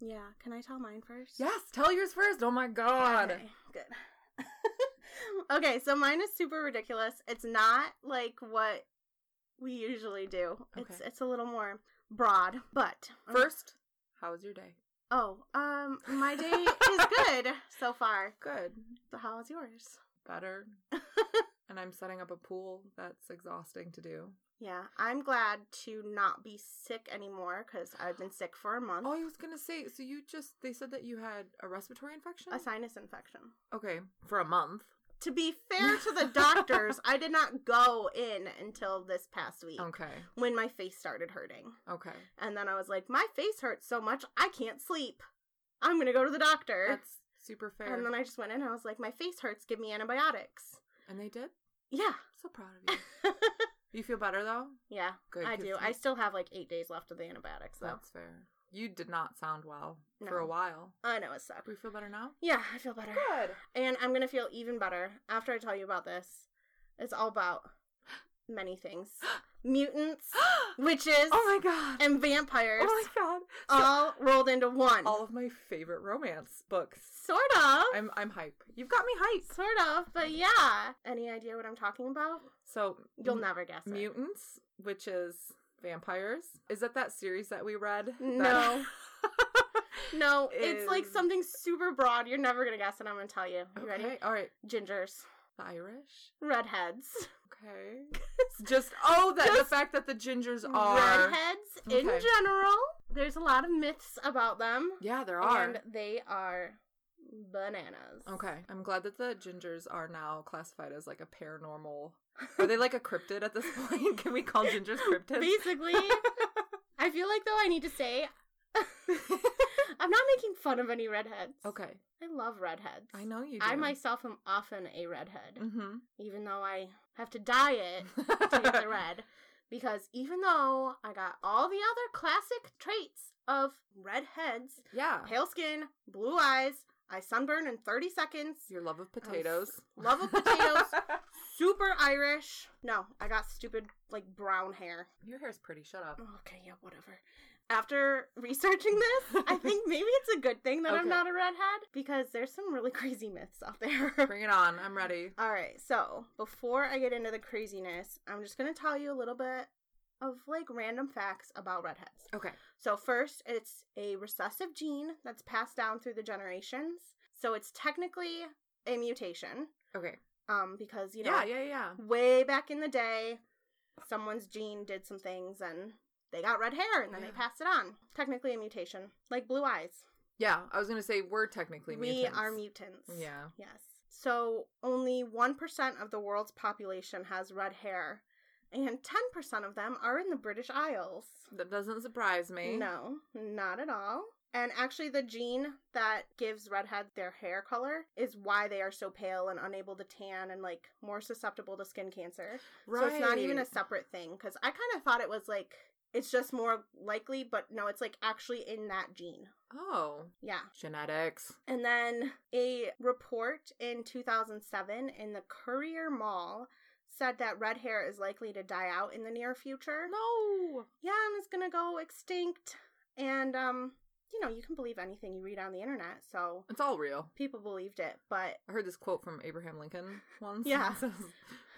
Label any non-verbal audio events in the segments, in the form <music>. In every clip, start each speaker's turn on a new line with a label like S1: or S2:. S1: Yeah, can I tell mine first?
S2: Yes, tell yours first. Oh my god.
S1: Okay, good. <laughs> okay, so mine is super ridiculous. It's not like what we usually do. It's
S2: Okay.
S1: it's a little more broad, but
S2: First, how was your day?
S1: oh, um, my day is
S2: <laughs>
S1: good so far.
S2: Good.
S1: So how is yours? <laughs>
S2: Better. and I'm setting up a pool that's exhausting to do.
S1: Yeah, I'm glad to not be sick anymore because I've been sick for a month.
S2: Oh, I was gonna say, so you just they said that you had a respiratory infection?
S1: A sinus infection.
S2: okay. For a month.
S1: To be fair to
S2: <laughs>
S1: the doctors, I did not go in until this past week
S2: Okay.
S1: when my face started hurting.
S2: Okay.
S1: And then I was like, my face hurts so much, I can't sleep. I'm going to go to the doctor.
S2: That's super fair.
S1: and then I just went in and I was like, my face hurts, give me antibiotics.
S2: and they did?
S1: Yeah.
S2: So proud of you.
S1: <laughs>
S2: you feel better though?
S1: Yeah.
S2: Good,
S1: I
S2: 'cause
S1: do.
S2: you-
S1: I still have like eight days left of the antibiotics, though.
S2: That's fair. You did not sound well for
S1: No.
S2: a while.
S1: I know
S2: Do
S1: it sucks.
S2: we feel better now?
S1: Yeah, I feel better. <gasps>
S2: Good.
S1: And I'm going to feel even better after I tell you about this. It's all about many
S2: <gasps>
S1: things mutants, witches,
S2: Oh my god.
S1: and vampires
S2: Oh my god.
S1: all rolled into one.
S2: All of my favorite romance books.
S1: sort of.
S2: I'm I'm hype. You've got me hype.
S1: Sort of, but yeah. Any idea what I'm talking about?
S2: So
S1: You'll never guess it.
S2: mutants, which is vampires. Is that that series that we read? that- <laughs>
S1: No. No, it's
S2: Is-
S1: like something super broad. You're never gonna guess it. I'm gonna tell you.
S2: <laughs>
S1: You ready?
S2: Okay, All right.
S1: Gingers,
S2: The Irish.
S1: redheads,
S2: Okay.
S1: <laughs>
S2: Just oh that the
S1: Just
S2: fact that the gingers are
S1: redheads
S2: Okay.
S1: in general. There's a lot of myths about them,
S2: Yeah, there are.
S1: and they are bananas. <gasps>
S2: Okay. I'm glad that the gingers are now classified as like a paranormal. Are they like a cryptid at this <laughs> point? Can we call
S1: <laughs>
S2: gingers cryptids? <laughs>
S1: Basically, I feel like though I need to say, I'm not making fun of any redheads.
S2: Okay.
S1: I love redheads.
S2: I know you do.
S1: I myself am often a redhead, <laughs>
S2: Mm-hmm.
S1: even though I have to diet to
S2: <laughs>
S1: get the red. Because even though I got all the other classic traits of redheads,
S2: Yeah.
S1: pale skin, blue eyes, I sunburn in 30 seconds,
S2: Your love of
S1: <laughs>
S2: potatoes.
S1: love
S2: <laughs>
S1: of potatoes, super Irish. No, I got stupid, like, brown hair.
S2: Your hair's pretty. Shut
S1: <laughs>
S2: up.
S1: Okay, yeah, whatever. After researching this, I
S2: <laughs>
S1: think maybe it's a good thing that I'm
S2: Okay.
S1: not a redhead because there's some really <laughs> crazy myths out there.
S2: Bring it on. I'm ready.
S1: All right, so before I get into the craziness, I'm just going to tell you a little bit of like random facts about redheads.
S2: Okay.
S1: So, first, it's a recessive gene that's passed down through the generations. So, it's technically a mutation
S2: Okay.
S1: um, because, you know,
S2: Yeah, yeah, yeah.
S1: way back in the day, someone's gene did some things and they got red hair and then they
S2: Yeah.
S1: passed it on. Technically a mutation, like blue eyes.
S2: Yeah, I was going to say we're technically
S1: we
S2: mutants.
S1: are mutants.
S2: Yeah.
S1: Yes. So only 1% of the world's population has red hair, and 10% of them are in the British Isles.
S2: That doesn't surprise me.
S1: No, not at all. And actually, the gene that gives redheads their hair color is why they are so pale and unable to tan and like more susceptible to skin cancer. So it's not even a
S2: Right.
S1: separate thing because I kind of thought it was like it's just more likely, but no, it's like actually in that gene.
S2: Oh,
S1: Yeah.
S2: genetics.
S1: And then a report in 2007 in the Courier Mall said that red hair is likely to die out in the near future.
S2: No.
S1: Yeah, and it's going to go extinct. And, um, you know, you can believe anything you read on the internet. So
S2: It's all real.
S1: people believed it. But
S2: I heard this quote from Abraham Lincoln once.
S1: Yeah.
S2: It <laughs> says,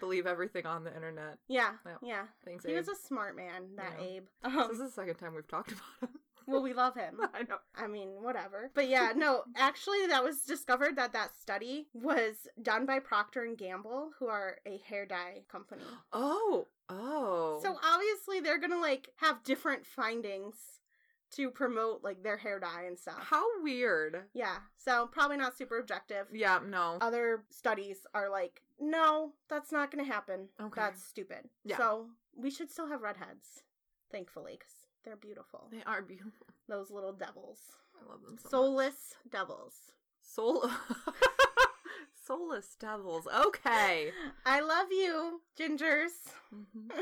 S2: Believe everything on the internet.
S1: yeah,
S2: Yep.
S1: yeah.
S2: Thanks,
S1: He
S2: Abe.
S1: was a smart man, that
S2: Yeah.
S1: Abe.
S2: this is
S1: Um,
S2: the second time we've talked about him.
S1: well, we
S2: <laughs>
S1: love him.
S2: I know.
S1: <laughs> I mean, whatever. But yeah, no, actually that was discovered that that study was done by Procter and Gamble, who are a hair dye company.
S2: Oh. Oh.
S1: So obviously they're going to like have different findings to promote like their hair dye and stuff.
S2: how weird.
S1: Yeah. So probably not super objective.
S2: Yeah, no.
S1: Other studies are like, "No, that's not going to happen.
S2: Okay.
S1: That's stupid."
S2: Yeah.
S1: So, we should still have redheads, thankfully, cuz they're beautiful.
S2: They are beautiful.
S1: Those little devils.
S2: I love them so
S1: Soulless devils.
S2: Soul <laughs> Soulless devils. Okay.
S1: <laughs> I love you, gingers.
S2: Mhm.
S1: Mm-hmm.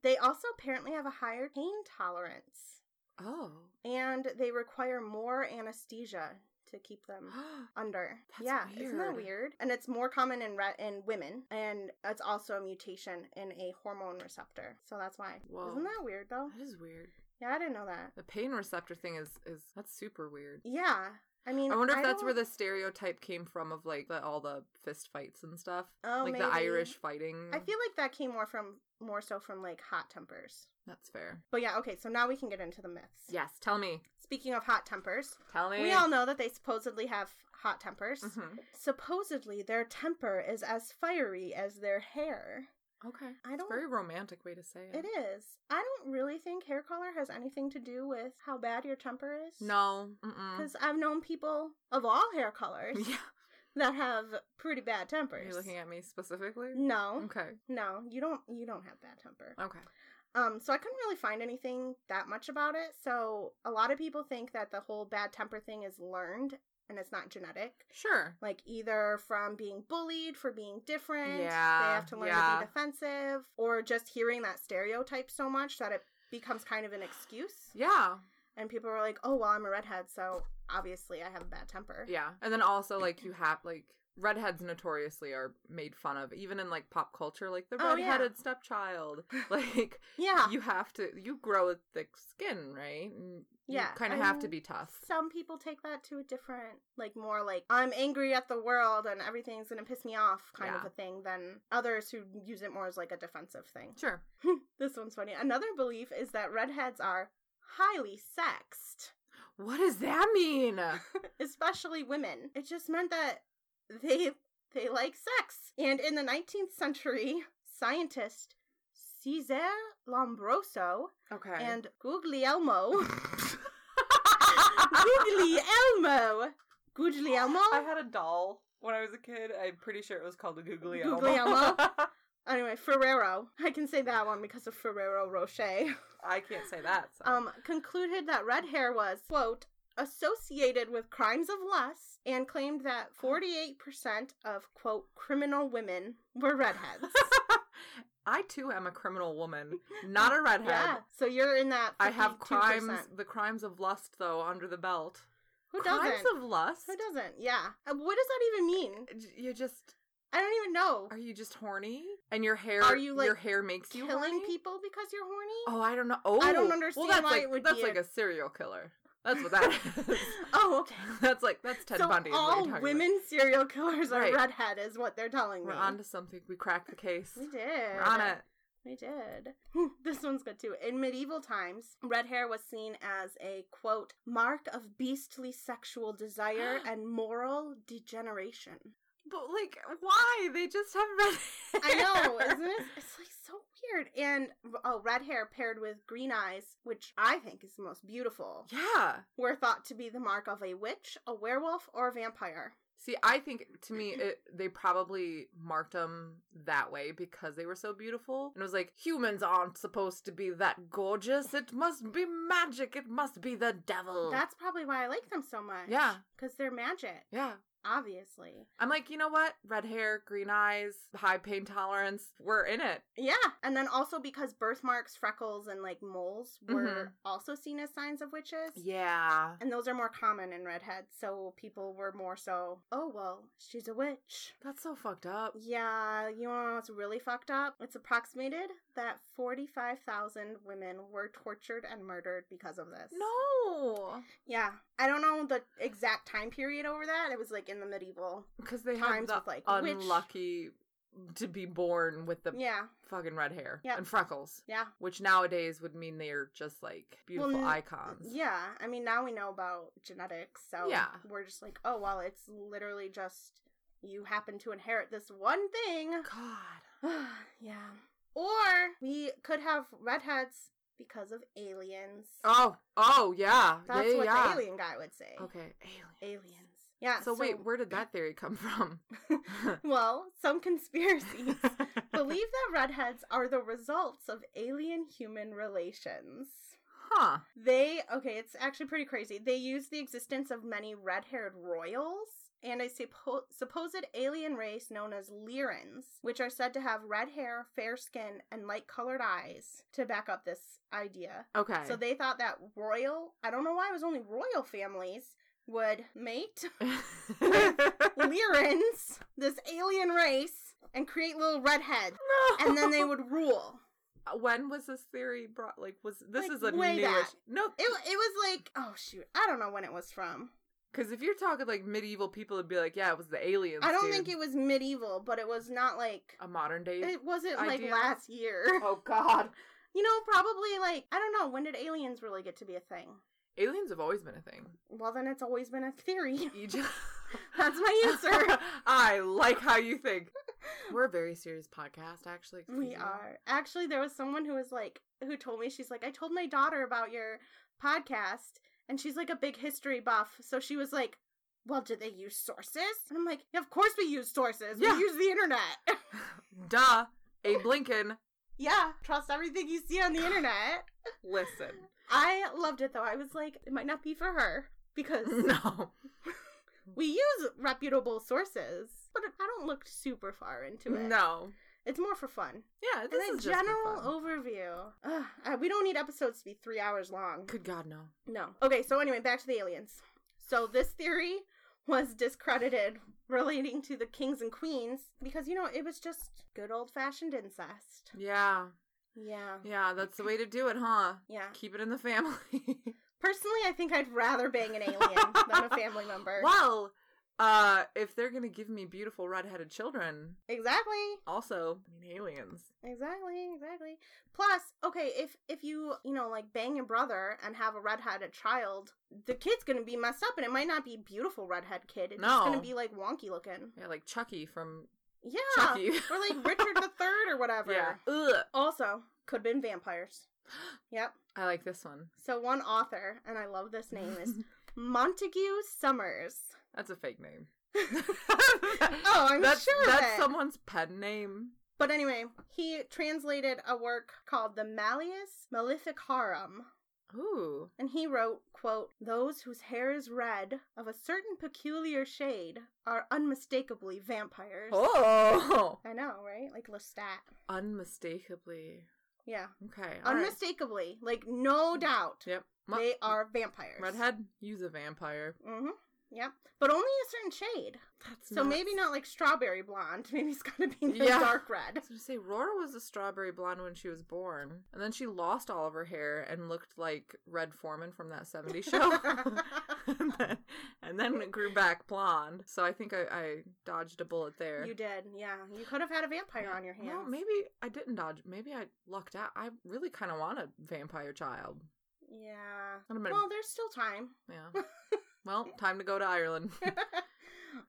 S1: They also apparently have a higher pain tolerance
S2: Oh. <gasps>
S1: and they require more anesthesia to keep them under.
S2: That's
S1: yeah, isn't that
S2: weird.
S1: weird? And it's more common in re- in women and it's also a mutation in a hormone receptor. So that's why.
S2: Whoa.
S1: Isn't that weird though?
S2: That is weird.
S1: Yeah, I didn't know that.
S2: The pain receptor thing is is that's super weird.
S1: Yeah. I mean,
S2: I wonder if that's where
S1: don't-
S2: the stereotype came from of like the, all the fist fights and stuff,
S1: Oh,
S2: like the
S1: maybe.
S2: Irish fighting.
S1: I feel like that came more from more so from like hot tempers.
S2: that's fair.
S1: But yeah, okay, so now we can get into the myths.
S2: Yes, tell me,
S1: Speaking of hot tempers,
S2: tell me.
S1: we all know that they supposedly have hot tempers.
S2: Mhm.
S1: Supposedly, their temper is as fiery as their hair.
S2: Okay,
S1: I
S2: It's a
S1: don't-
S2: very romantic way to say it.
S1: It is. I don't really think hair color has anything to do with how bad your temper is.
S2: No, mm-mm.
S1: Because I've known people of all hair colors
S2: <laughs> yeah.
S1: that have pretty bad tempers.
S2: Are you looking at me specifically?
S1: no,
S2: Okay,
S1: no, you don't. You don't have bad temper.
S2: okay.
S1: Um, so I couldn't really find anything that much about it. So a lot of people think that the whole bad temper thing is learned and it's not genetic.
S2: Sure.
S1: Like either from being bullied for being different, they
S2: Yeah,
S1: have to learn
S2: yeah.
S1: to be defensive, or just hearing that stereotype so much that it becomes kind of an excuse.
S2: Yeah.
S1: And people are like, "Oh, well, I'm a redhead, so obviously I have a bad temper."
S2: Yeah. And then also like you have like redheads notoriously are made fun of even in like pop culture like the
S1: Oh, yeah.
S2: redheaded stepchild.
S1: <laughs>
S2: Like
S1: yeah.
S2: you have to you grow a thick skin, right? And
S1: Yeah,
S2: You kind of
S1: I
S2: have
S1: mean,
S2: to be tough.
S1: Some people take that to a different, like more like I'm angry at the world and everything's gonna piss me off kind of
S2: Yeah.
S1: a thing than others who use it more as like a defensive thing.
S2: Sure.
S1: this one's funny. Another belief is that redheads are highly sexed,
S2: What does that mean?
S1: especially women. It just meant that they they like sex. And in the 19th century, scientist Cesare Lombroso
S2: Okay. <laughs>
S1: and <laughs> Guglielmo Guglielmo. Guglielmo.
S2: I had a doll when I was a kid. I'm pretty sure it was called a googly elmo.
S1: Googly Elmo? Anyway, Ferrero. I can say that one because of Ferrero Rocher.
S2: <laughs>
S1: <laughs>
S2: I can't say that. So.
S1: Um, concluded that red hair was quote associated with crimes of lust and claimed that 48% of quote criminal women were redheads.
S2: <laughs> I too am a criminal
S1: <laughs>
S2: woman, not a redhead.
S1: yeah. So you're in that. 52%.
S2: I have crimes, the crimes of lust, though, under the belt.
S1: Who
S2: crimes
S1: doesn't?
S2: of lust?
S1: Who doesn't? Yeah. Uh, What does that even mean?
S2: J- You just
S1: I don't even know.
S2: are you just horny, and your hair
S1: Are you, like,
S2: your hair makes you
S1: Killing
S2: horny?
S1: people because you're horny?
S2: Oh, I don't know. Oh,
S1: don't
S2: Well,
S1: understand
S2: that's
S1: why
S2: like,
S1: it would
S2: that's
S1: be
S2: like
S1: a-
S2: a serial killer. That's what
S1: <laughs>
S2: that is. <laughs>
S1: oh, okay.
S2: that's like that's Ted
S1: so
S2: Bundy. is what you're
S1: all
S2: talking about.
S1: women serial killers are
S2: Right.
S1: redhead, is what they're telling
S2: We're
S1: me.
S2: onto something. We cracked the case.
S1: we did.
S2: We're on it.
S1: We did. Hmm, this one's good too. In medieval times, red hair was seen as a quote mark of beastly
S2: <gasps>
S1: sexual desire and moral degeneration.
S2: But like, why? They just have red. <laughs>
S1: I know,
S2: hair.
S1: isn't it? It's like so weird. And oh, red hair paired with green eyes, which I think is the most beautiful,
S2: Yeah.
S1: were thought to be the mark of a witch, a werewolf, or a vampire.
S2: See, I think to me, it, they probably marked them that way because they were so beautiful. And it was like, humans aren't supposed to be that gorgeous. It must be magic. It must be the devil.
S1: That's probably why I like them so much.
S2: Oh. Yeah.
S1: because they're magic,
S2: yeah.
S1: obviously.
S2: I'm like, you know what? Red hair, green eyes, high pain tolerance. We're in it.
S1: Yeah, and then also because birthmarks, freckles, and like moles were also seen as signs of witches.
S2: Mm-hmm. Yeah.
S1: And those are more common in redheads, so people were more so, oh, well, she's a witch.
S2: That's so fucked up.
S1: Yeah, you wanna know what's really fucked up? It's approximated that 45,000 women were tortured and murdered because of this.
S2: No.
S1: Yeah, I don't know the exact time period over that. It was like in the medieval.
S2: Because they have
S1: Times
S2: the
S1: with, like, witch-
S2: unlucky to be born with the
S1: Yeah,
S2: fucking red hair
S1: Yep.
S2: and freckles.
S1: yeah.
S2: which nowadays would mean they are just like beautiful
S1: n-
S2: icons.
S1: Yeah, I mean now we know about genetics, so
S2: Yeah.
S1: we're just like, oh well, it's literally just you happen to inherit this one thing. <sighs>
S2: God.
S1: yeah. Or we could have redheads because of aliens.
S2: Oh, oh yeah.
S1: That's
S2: yeah,
S1: what
S2: yeah.
S1: the alien guy would say.
S2: Okay, alien.
S1: Aliens. Yeah.
S2: So, wait, where did that theory come from?
S1: well, some conspiracies <laughs> believe that redheads are the results of alien human relations.
S2: <laughs> huh.
S1: They okay, it's actually pretty crazy. They use the existence of many red-haired royals and a suppo- supposed alien race known as Lyrans, which are said to have red hair, fair skin, and light-colored eyes to back up this idea.
S2: Okay.
S1: So they thought that royal, I don't know why it was only royal families would mate
S2: <laughs>
S1: Lyrans, this alien race, and create little redheads,
S2: no.
S1: and then they would rule.
S2: <laughs> when was this theory brought? Like, was this
S1: Like,
S2: is a
S1: way
S2: newish?
S1: back.
S2: No,
S1: It, it was like, oh shoot, I don't know when it was from.
S2: because if you're talking like medieval people, it'd be like, yeah, it was the aliens.
S1: I don't
S2: dude.
S1: think it was medieval, but it was not like
S2: <laughs> a modern day.
S1: it wasn't like
S2: idea.
S1: last year.
S2: <laughs> oh God,
S1: You know, probably like I don't know when did aliens really get to be a thing.
S2: aliens have always been a thing.
S1: Well, then it's always been a theory.
S2: Egypt.
S1: <laughs> That's my answer.
S2: <laughs> I like how you think. We're a very serious podcast, actually. excuse
S1: we
S2: me.
S1: are actually there was someone who was like who told me she's like I told my daughter about your podcast, and she's like a big history buff, so she was like. Well, did they use sources? And I'm like, yeah, of course we use sources.
S2: Yeah.
S1: We use the internet. <laughs>
S2: Duh. Abe Lincoln.
S1: yeah, trust everything you see on <sighs> the internet. <laughs>
S2: Listen.
S1: I loved it though. I was like, it might not be for her because <laughs>
S2: No.
S1: we use reputable sources, but I don't look super far into it.
S2: No.
S1: It's more for fun.
S2: Yeah, this
S1: and a
S2: is just for
S1: general
S2: fun.
S1: overview. Ugh, uh, we don't need episodes to be three hours long.
S2: Good God, no.
S1: No. Okay, so anyway, back to the aliens. So this theory was discredited relating to the kings and queens because, you know, it was just good old fashioned incest.
S2: Yeah.
S1: Yeah.
S2: Yeah, that's the way to do it, huh?
S1: Yeah.
S2: Keep it in the family. <laughs>
S1: Personally, I think I'd rather bang an alien than a family
S2: <laughs>
S1: member.
S2: well, uh, if they're gonna give me beautiful redheaded children,
S1: Exactly.
S2: also, I mean aliens.
S1: Exactly, exactly. Plus, okay, if if you you know like bang your brother and have a redheaded child, the kid's gonna be messed up, and it might not be beautiful redhead kid. It's just
S2: No.
S1: gonna be like wonky looking.
S2: Yeah, like Chucky from
S1: Yeah,
S2: Chucky. <laughs>
S1: or like Richard the Third or whatever.
S2: yeah. Ugh.
S1: Also, could have
S2: <gasps>
S1: been vampires. yep.
S2: I like this one.
S1: So one author, and I love this name
S2: <laughs>
S1: is Montague Summers.
S2: That's a fake name.
S1: Oh, <laughs> I'm
S2: that's,
S1: sure of
S2: that's
S1: it.
S2: someone's pen name.
S1: But anyway, he translated a work called The Malleus Maleficarum.
S2: Ooh.
S1: and he wrote, quote, Those whose hair is red, of a certain peculiar shade, are unmistakably vampires.
S2: Oh,
S1: I know, right? Like Lestat.
S2: unmistakably.
S1: Yeah.
S2: Okay, alright.
S1: Unmistakably. Like, no doubt.
S2: Yep. Mu-
S1: They are vampires.
S2: redhead. Use a vampire.
S1: Mm-hmm. Yep. But only a certain shade.
S2: That's
S1: So maybe not like strawberry blonde. <laughs> Maybe it's gotta be the
S2: Yeah.
S1: dark red.
S2: So to say, Rora was a strawberry blonde when she was born, and then she lost all of her hair and looked like Red Foreman from that '70s
S1: <laughs>
S2: show. <laughs> and, then, and then it grew back blonde. So I think I, I dodged a bullet there.
S1: You did, yeah. You could have had a vampire on your hands.
S2: Well, maybe I didn't dodge. Maybe I lucked out. I really kind of want a vampire child.
S1: Yeah.
S2: Would've been-
S1: Well, there's still time. <laughs>
S2: Yeah. well, time to go to Ireland.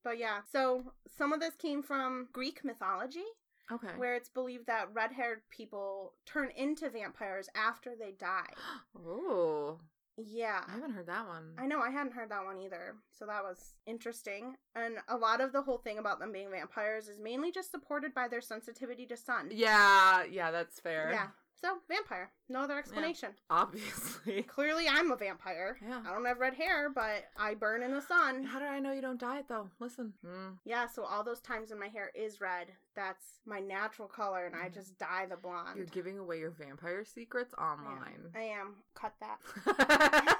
S1: but yeah, so some of this came from Greek mythology,
S2: okay.
S1: where it's believed that red haired people turn into vampires after they die.
S2: Oh,
S1: Yeah.
S2: I haven't heard that one.
S1: I know, I hadn't heard that one either. So that was interesting. And a lot of the whole thing about them being vampires is mainly just supported by their sensitivity to sun.
S2: Yeah, yeah, that's fair.
S1: Yeah. So, vampire. No other explanation.
S2: <laughs>
S1: <laughs>
S2: Obviously.
S1: Clearly, I'm a vampire.
S2: Yeah.
S1: I don't have red hair, but I burn in the sun.
S2: How do I know you don't die though? Listen. Mm.
S1: Yeah, so all those times when my hair is red, that's my natural color, and I just dye the blonde.
S2: Mm-hmm. You're giving away your vampire secrets online. <laughs>
S1: I am. Cut that.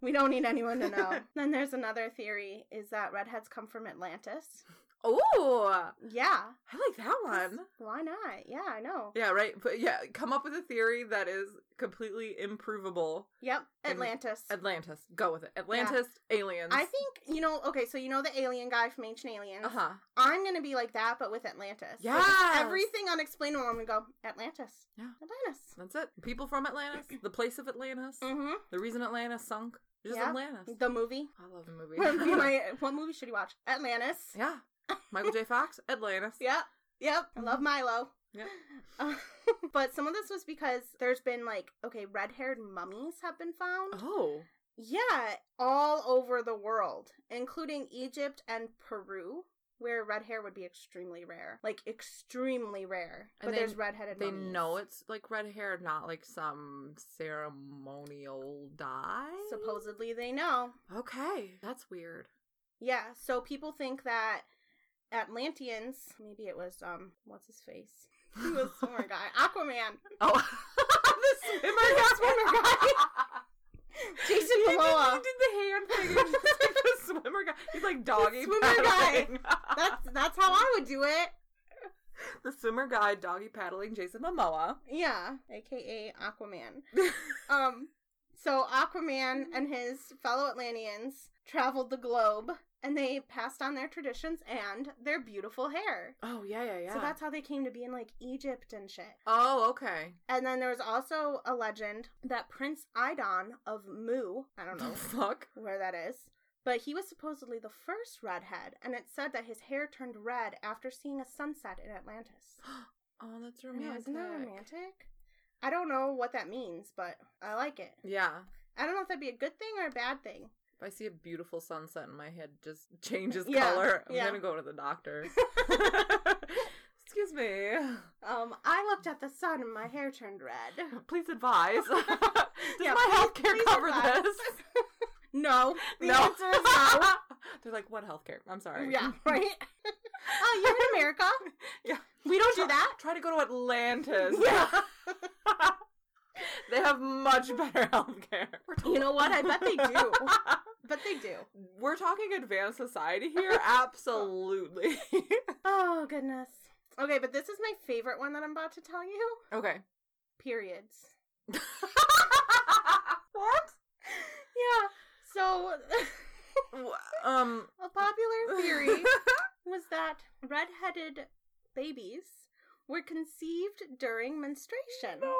S1: We don't need anyone
S2: <laughs>
S1: to know. then there's another theory is that redheads come from Atlantis.
S2: oh,
S1: Yeah.
S2: I like that one.
S1: Why not? Yeah, I know.
S2: Yeah, right. But yeah, come up with a theory that is completely improvable.
S1: Yep,
S2: And-
S1: Atlantis.
S2: Atlantis. Go with it. Atlantis, aliens.
S1: I think, you know, okay, so you know the alien guy from Ancient Aliens?
S2: Uh huh.
S1: I'm going to be like that, but with Atlantis. Like,
S2: Yes!
S1: everything unexplainable, I'm going to go, Atlantis.
S2: Yeah.
S1: Atlantis.
S2: That's it. People from Atlantis, the place of Atlantis,
S1: Mm-hmm.
S2: the reason Atlantis sunk, just
S1: Yeah.
S2: Atlantis.
S1: The movie.
S2: <laughs> I love the movie.
S1: Would be my- what movie should you watch? Atlantis.
S2: yeah. Michael J. <laughs> Fox, Atlantis.
S1: Yep. Yep. I love Milo.
S2: Mm-hmm. Yep.
S1: Uh, <laughs> but some of this was because there's been like, okay, red haired mummies have been found.
S2: Oh.
S1: Yeah, all over the world, including Egypt and Peru, where red hair would be extremely rare. Like, extremely rare.
S2: And
S1: but
S2: they-
S1: there's red headed
S2: They know it's like red hair, not like some ceremonial dye.
S1: Supposedly, they know.
S2: Okay, that's weird.
S1: Yeah, so people think that Atlanteans, maybe it was, um, what's his face?
S2: <laughs>
S1: He was a swimmer guy. Aquaman.
S2: Oh, <laughs> the swimmer guy. <laughs>
S1: Swimmer guy. Jason
S2: He did-
S1: Momoa.
S2: He did, the hand thing. He's like the swimmer guy. He's like doggy <laughs>
S1: swimmer guy.
S2: paddling.
S1: That's that's how I would do it.
S2: the swimmer guy doggy paddling Jason Momoa.
S1: Yeah, aka Aquaman. Um, so Aquaman and his fellow Atlanteans traveled the globe and they passed on their traditions and their beautiful hair.
S2: oh yeah, yeah, yeah.
S1: So that's how they came to be in like Egypt and shit.
S2: oh okay.
S1: And then there was also a legend that Prince Idon of Mu, I
S2: <laughs>
S1: don't know
S2: The fuck.
S1: where that is, but he was supposedly the first redhead, and it said that his hair turned red after seeing a sunset in Atlantis.
S2: Oh, that's
S1: I know,
S2: romantic.
S1: isn't that romantic? I don't know what that means, but I like it.
S2: Yeah.
S1: I don't know if that'd be a good thing or a bad thing.
S2: If I see a beautiful sunset and my head just <laughs> changes
S1: Yeah,
S2: color, I'm
S1: yeah.
S2: gonna go to the
S1: <laughs>
S2: doctor. <laughs> Excuse me.
S1: Um, I looked at the sun and my hair turned red. <laughs>
S2: Please advise. <laughs> Does
S1: Yeah,
S2: my health care
S1: please
S2: cover
S1: advise.
S2: this?
S1: No, <laughs> the
S2: no.
S1: answer <laughs> is no.
S2: <laughs> They're like, what healthcare? I'm sorry.
S1: Yeah, right. <laughs> oh, you're in America.
S2: Yeah.
S1: we don't do that.
S2: Try to go to Atlantis.
S1: Yeah.
S2: <laughs> they have much better healthcare.
S1: <laughs> <laughs> You know what? I bet they <laughs> do. But they do.
S2: <laughs> We're talking advanced society
S1: <laughs>
S2: here? Absolutely. <laughs>
S1: Oh goodness. Okay, but this is my favorite one that I'm about to tell you.
S2: okay.
S1: Periods.
S2: <laughs> what?
S1: Yeah. So <laughs>
S2: Um.
S1: a popular <laughs> theory was that redheaded babies were conceived during
S2: <laughs>
S1: menstruation. <laughs>
S2: no.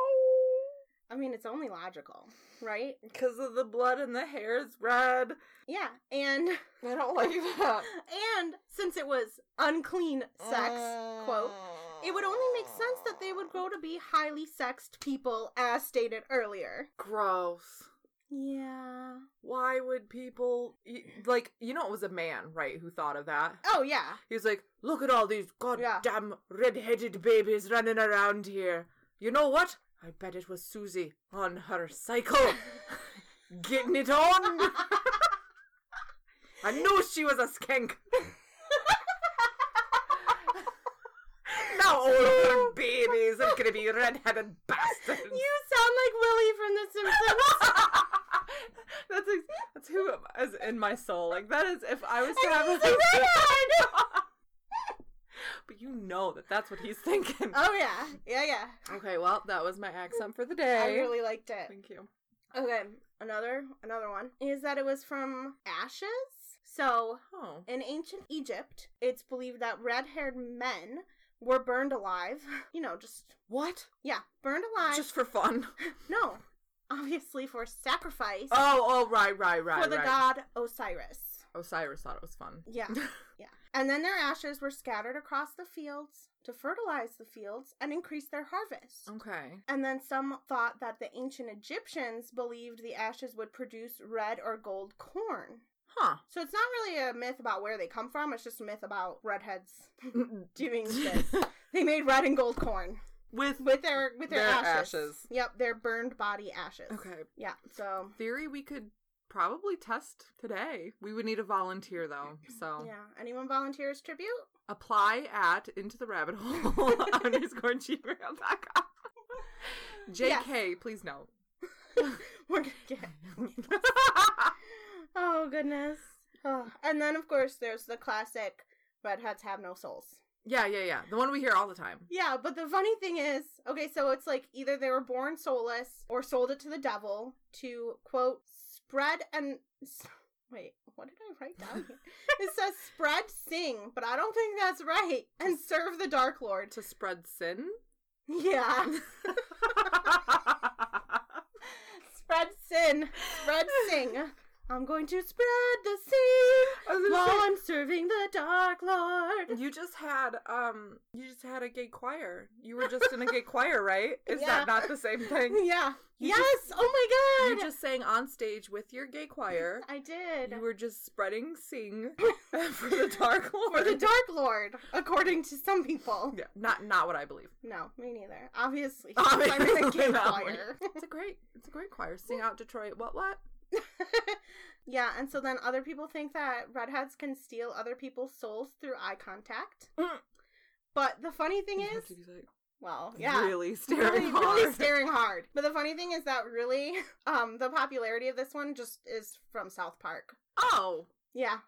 S1: I mean, it's only logical, right?
S2: Because of the blood and the hair is red.
S1: Yeah. And
S2: I don't like that.
S1: and since it was unclean sex, quote, it would only make sense that they would grow to be highly sexed people as stated earlier.
S2: Gross.
S1: Yeah.
S2: Why would people y- like? You know, it was a man, right, who thought of that.
S1: Oh yeah.
S2: He was like, "Look at all these
S1: Yeah.
S2: goddamn red-headed babies running around here. You know what? I bet it was Susie on her
S1: <laughs>
S2: cycle, getting it on. I knew she was a skink. now all of her babies are gonna be red-headed bastards."
S1: You sound like Willie from The Simpsons.
S2: <laughs> that's ex- that's who is in my soul. Like that is if I was to
S1: And
S2: have
S1: he's a
S2: but you know that that's what he's thinking.
S1: oh yeah, yeah, yeah.
S2: Okay, well that was my accent for the
S1: I
S2: day.
S1: really liked it.
S2: Thank you.
S1: Okay, another another one is that it was from ashes. So
S2: Oh,
S1: in ancient Egypt, it's believed that red-haired men were burned alive. <laughs> You know, just
S2: what?
S1: yeah, burned alive.
S2: Just for fun?
S1: no, obviously for sacrifice
S2: Oh, oh, right, right, right,
S1: for the
S2: right.
S1: god Osiris.
S2: Osiris thought it was fun.
S1: Yeah.
S2: <laughs>
S1: Yeah. And then their ashes were scattered across the fields to fertilize the fields and increase their harvest.
S2: Oh. Okay.
S1: And then some thought that the ancient Egyptians believed the ashes would produce red or gold corn.
S2: Huh. <laughs>
S1: So it's not really a myth about where they come from, it's just a myth about redheads <laughs>
S2: <laughs>
S1: doing this.
S2: with,
S1: they made red and gold corn with their with their,
S2: Their
S1: ashes.
S2: ashes.
S1: Yep, their burned body ashes.
S2: Okay.
S1: Yeah. So
S2: Theory we could probably test today. We would need a volunteer though. So
S1: yeah, anyone volunteers tribute? <laughs>
S2: apply at into the rabbit hole <laughs> underscore gmail.com. JK, please no.
S1: <laughs> We're gonna get <laughs> Oh goodness. Oh. And then of course there's the classic redheads have no souls.
S2: yeah, yeah, yeah. The one we hear all the time.
S1: Yeah, but the funny thing is, okay, so it's like either they were born soulless or sold it to the devil to quote spread and s- wait, what did I write down
S2: <laughs>
S1: here? it says spread sing, but I don't think that's right. And serve the dark lord. <laughs>
S2: To spread sin.
S1: Yeah. spread sin.
S2: <sighs>
S1: Spread sing. I'm going to spread the
S2: <laughs>
S1: sing
S2: I was gonna
S1: while
S2: say,
S1: I'm serving the dark lord.
S2: you just had um you just had a gay choir. You were just in a gay choir, right? Is
S1: Yeah.
S2: that not the same thing?
S1: Yeah.
S2: You
S1: yes. oh my
S2: You
S1: god.
S2: just sang on stage with your gay choir.
S1: <laughs> I did.
S2: You were just spreading sing <laughs> for the dark
S1: <laughs> For
S2: lord.
S1: the Dark Lord, according to some people.
S2: yeah, not not what I believe.
S1: No, me neither.
S2: <laughs>
S1: Obviously.
S2: Obviously
S1: I'm in a gay
S2: not.
S1: choir.
S2: It's a great it's a great choir. Sing out Detroit. What what?
S1: <laughs> yeah, and so then other people think that redheads can steal other people's souls through eye contact.
S2: Mm.
S1: But the funny thing
S2: You have
S1: is,
S2: to be like
S1: well, yeah.
S2: really staring
S1: Really,
S2: hard.
S1: really staring hard. But the funny thing is that really, um, the popularity of this one just is from South Park.
S2: <laughs> Oh,
S1: Yeah,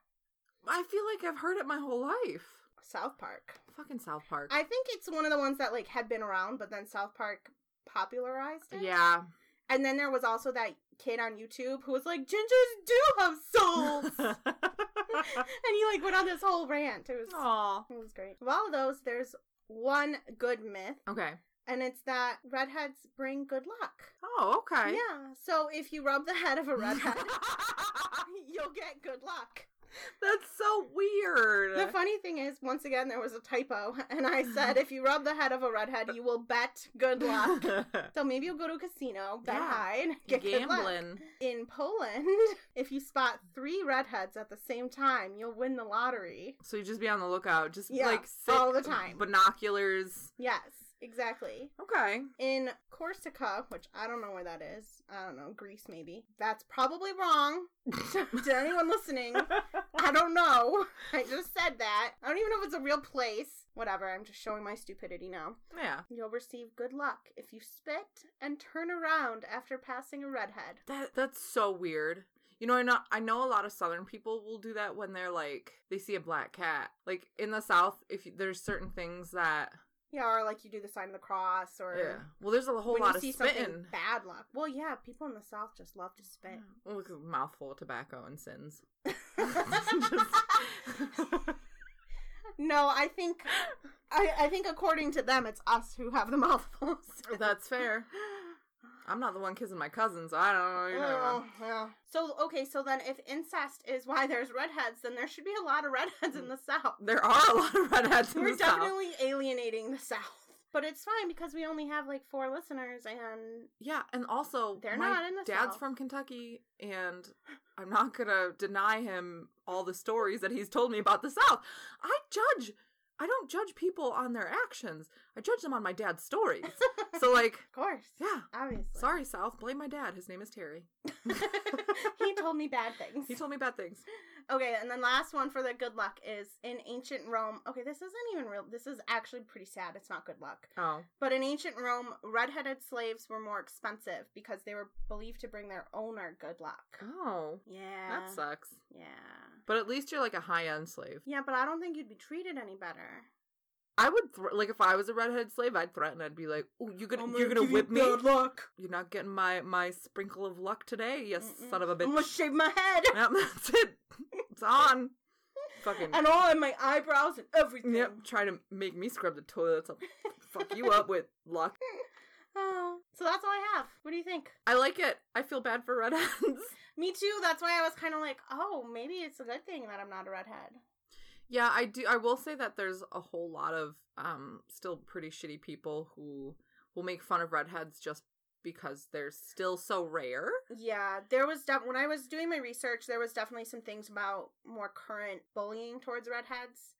S2: I feel like I've heard it my whole life.
S1: South Park.
S2: Fucking South Park.
S1: I think it's one of the ones that like had been around, but then South Park popularized it.
S2: yeah.
S1: And then there was also that kid on YouTube who was like, "Gingers do have
S2: <laughs>
S1: <laughs> souls," and he like went on this whole rant. It was
S2: Aw.
S1: it was great. Of all of those, there's one good myth,
S2: Okay.
S1: and it's that redheads bring good luck.
S2: Oh, okay. <laughs>
S1: Yeah. So if you rub the head of a redhead, <laughs> you'll get good luck.
S2: That's so weird.
S1: The funny thing is, once again, there was a typo, <laughs> and I said, if you rub the head of a redhead, you will bet
S2: <laughs>
S1: good <laughs> luck. So maybe you'll go to a casino, bet
S2: Yeah.
S1: high, and get good luck.
S2: Gambling.
S1: In Poland, <laughs> if you spot three redheads at the same time, you'll win the lottery.
S2: So you just be on the lookout. Just
S1: Yeah,
S2: like sit
S1: all the time.
S2: Binoculars.
S1: Yes, exactly. <laughs>
S2: Okay. <laughs>
S1: In Corsica, which I don't know where that is, I don't know, Greece maybe. That's probably <laughs> wrong to anyone listening. I don't know. <laughs> I just said that. I don't even know if it's a real place. Whatever, I'm just showing my stupidity now.
S2: yeah.
S1: You'll receive good luck if you spit and turn around after passing a redhead.
S2: That that's so weird. You know, I know I know a lot of Southern people will do that when they're like they see a black cat. Like in the South, if you, there's certain things that
S1: Yeah, or like you do the sign of the cross, or
S2: yeah. Well, there's a whole
S1: when
S2: lot
S1: you
S2: of
S1: see
S2: spitting. Mm,
S1: something bad luck. Well, yeah, people in the South just love to spit.
S2: Well, look, a mouthful of tobacco and
S1: <laughs>
S2: sins. <laughs>
S1: no, I think, I, I think according to them, it's us who have the <laughs> mouthfuls.
S2: That's fair. I'm not the one kissing my cousin, so I don't know. You know.
S1: Oh, yeah. So okay, so then if incest is why there's redheads, then there should be a lot of redheads
S2: Mm.
S1: in the South.
S2: There are a lot of redheads in
S1: We're
S2: the South.
S1: definitely alienating the South. But it's fine because we only have like four listeners and
S2: Yeah, and also
S1: They're
S2: my
S1: not in the
S2: dad's
S1: South.
S2: from Kentucky, and I'm not gonna deny him all the stories that he's told me about the South. I judge. I don't judge people on their actions. I judge them on my dad's
S1: <laughs>
S2: stories. so like,
S1: of course.
S2: yeah.
S1: Obviously.
S2: Sorry, South. Blame my dad. His name is Terry.
S1: <laughs> he told me bad things.
S2: He told me bad things.
S1: okay, and then last one for the good luck is in ancient Rome. Okay, this isn't even real. This is actually pretty sad. It's not good luck.
S2: Oh,
S1: But in ancient Rome, redheaded slaves were more expensive because they were believed to bring their owner good luck.
S2: oh,
S1: Yeah.
S2: that sucks.
S1: Yeah.
S2: But at least you're like a high end slave.
S1: Yeah, but I don't think you'd be treated any better.
S2: I would thr like if I was a redheaded slave, I'd threaten. I'd be like, "Oh, you gonna you're gonna whip me?
S1: Good luck.
S2: You're not getting my my sprinkle of luck today, you
S1: Mm-mm.
S2: son of a
S1: I'm
S2: bitch."
S1: gonna shave my head
S2: Yep, <laughs> that's it. It's on. Fucking.
S1: and all in my eyebrows and everything.
S2: Yep, try to make me scrub the toilets. I'll fuck you up with luck.
S1: Oh, so that's all I have. What do you think?
S2: I like it. I feel bad for <laughs> redheads.
S1: Me too. That's why I was kind of like, oh, maybe it's a good thing that I'm not a redhead.
S2: Yeah, I do. I will say that there's a whole lot of um still pretty shitty people who will make fun of redheads just because they're still so rare.
S1: Yeah, there was def- when I was doing my research, there was definitely some things about more current bullying towards redheads,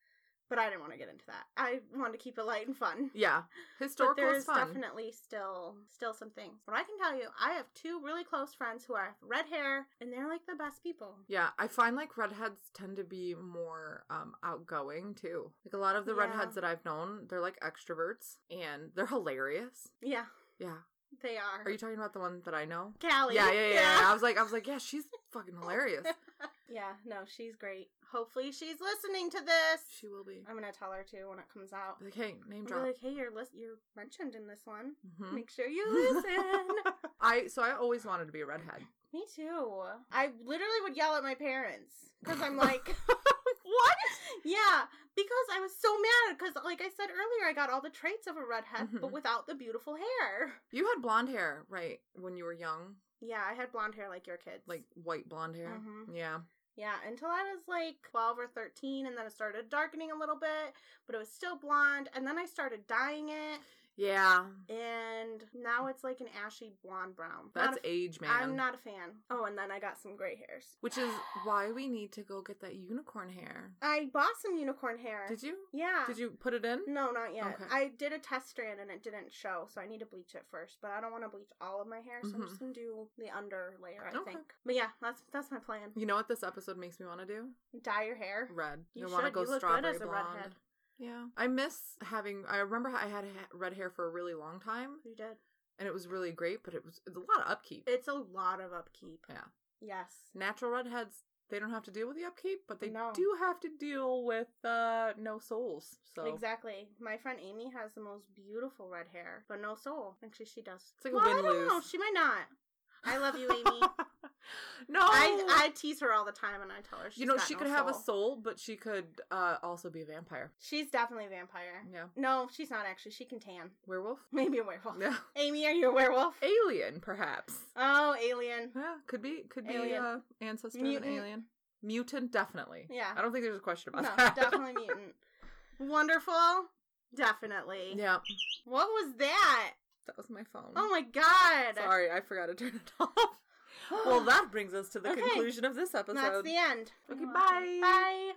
S1: but I didn't want to get into that. I wanted to keep it light and fun.
S2: Yeah,
S1: But
S2: historical is
S1: there's
S2: fun.
S1: definitely still still some things. But I can tell you, I have two really close friends who are red hair, and they're like the best people.
S2: Yeah, I find like redheads tend to be more um outgoing too. Like a lot of the
S1: Yeah.
S2: redheads that I've known, they're like extroverts and they're hilarious.
S1: Yeah,
S2: Yeah.
S1: they are.
S2: Are you talking about the one that I know?
S1: Callie?
S2: Yeah, yeah, yeah, yeah. I was like I was like, yeah, she's fucking
S1: <laughs>
S2: hilarious.
S1: Yeah, no, she's great. Hopefully, she's listening to this.
S2: She will be.
S1: I'm gonna tell her too when it comes out.
S2: Like, hey, name
S1: I'm
S2: drop.
S1: like, hey, you're lis- you're mentioned in this one.
S2: hmm
S1: Make sure
S2: <laughs>
S1: you listen.
S2: I so I always wanted to be a redhead.
S1: Me too. I literally would yell at my parents because I'm like,
S2: <laughs> what?
S1: yeah, because I was so mad because, like I said earlier, I got all the traits of a redhead, but
S2: Mhm.
S1: without the beautiful hair.
S2: You had blonde hair, right? When you were young,
S1: Yeah, I had blonde hair like your kids.
S2: like white blonde hair.
S1: Mhm.
S2: Yeah.
S1: yeah, until I was like 12 or 13, and then it started darkening a little bit, but it was still blonde, and then I started dyeing it,
S2: Yeah.
S1: and now it's like an ashy blonde brown.
S2: That's
S1: not a,
S2: age, man.
S1: I'm not a fan. Oh, and then I got some gray hairs.
S2: Which is why we need to go get that unicorn hair.
S1: I bought some unicorn hair.
S2: Did you?
S1: Yeah. Mm.
S2: Did you put it in?
S1: No, not yet.
S2: Okay.
S1: I did a test strand and it didn't show, so I need to bleach it first. But I don't want to bleach all of my hair, so I'm
S2: Mhm.
S1: just gonna do the under layer, I
S2: Okay.
S1: think. But yeah, that's that's my plan.
S2: You know what this episode makes me want to do?
S1: Dye your hair.
S2: Red.
S1: You
S2: wanna
S1: should. You look good as a redhead.
S2: Yeah. I miss having. I remember I had ha- red hair for a really long time,
S1: You did.
S2: and it was really great, but it was, it's a lot of upkeep.
S1: It's a lot of upkeep.
S2: Yeah.
S1: Yes.
S2: Natural redheads, They don't have to deal with the upkeep, but they
S1: No.
S2: do have to deal with uh no souls. So
S1: Exactly. My friend Amy has the most beautiful red hair, but no soul. Actually, she does.
S2: It's like a
S1: well, I don't
S2: win-lose.
S1: know. She might not. I love you, Amy.
S2: <laughs> no,
S1: I, I tease her all the time, and I tell her she's
S2: Oh. you know
S1: got
S2: she
S1: no
S2: could have a
S1: soul.
S2: soul, but she could uh also be a vampire.
S1: She's definitely a vampire.
S2: Yeah,
S1: No, she's not actually. She can tan. <laughs>
S2: werewolf.
S1: Maybe a werewolf.
S2: Yeah, <laughs>
S1: Amy, are you a werewolf?
S2: alien perhaps.
S1: oh, alien.
S2: Yeah, could be could be
S1: Alien.
S2: uh, ancestor of
S1: Mutant.
S2: an alien. Mutant, definitely.
S1: Yeah.
S2: I don't think there's a question about
S1: No,
S2: that.
S1: definitely mutant. Wonderful. Definitely.
S2: <laughs> yeah,
S1: What was that?
S2: that was my phone.
S1: Oh my god.
S2: Sorry, I forgot to turn it <laughs>
S1: <laughs>
S2: off.
S1: <gasps>
S2: well, that brings us to the
S1: Okay.
S2: conclusion of this episode.
S1: That's the end.
S2: Okay, bye.
S1: Bye.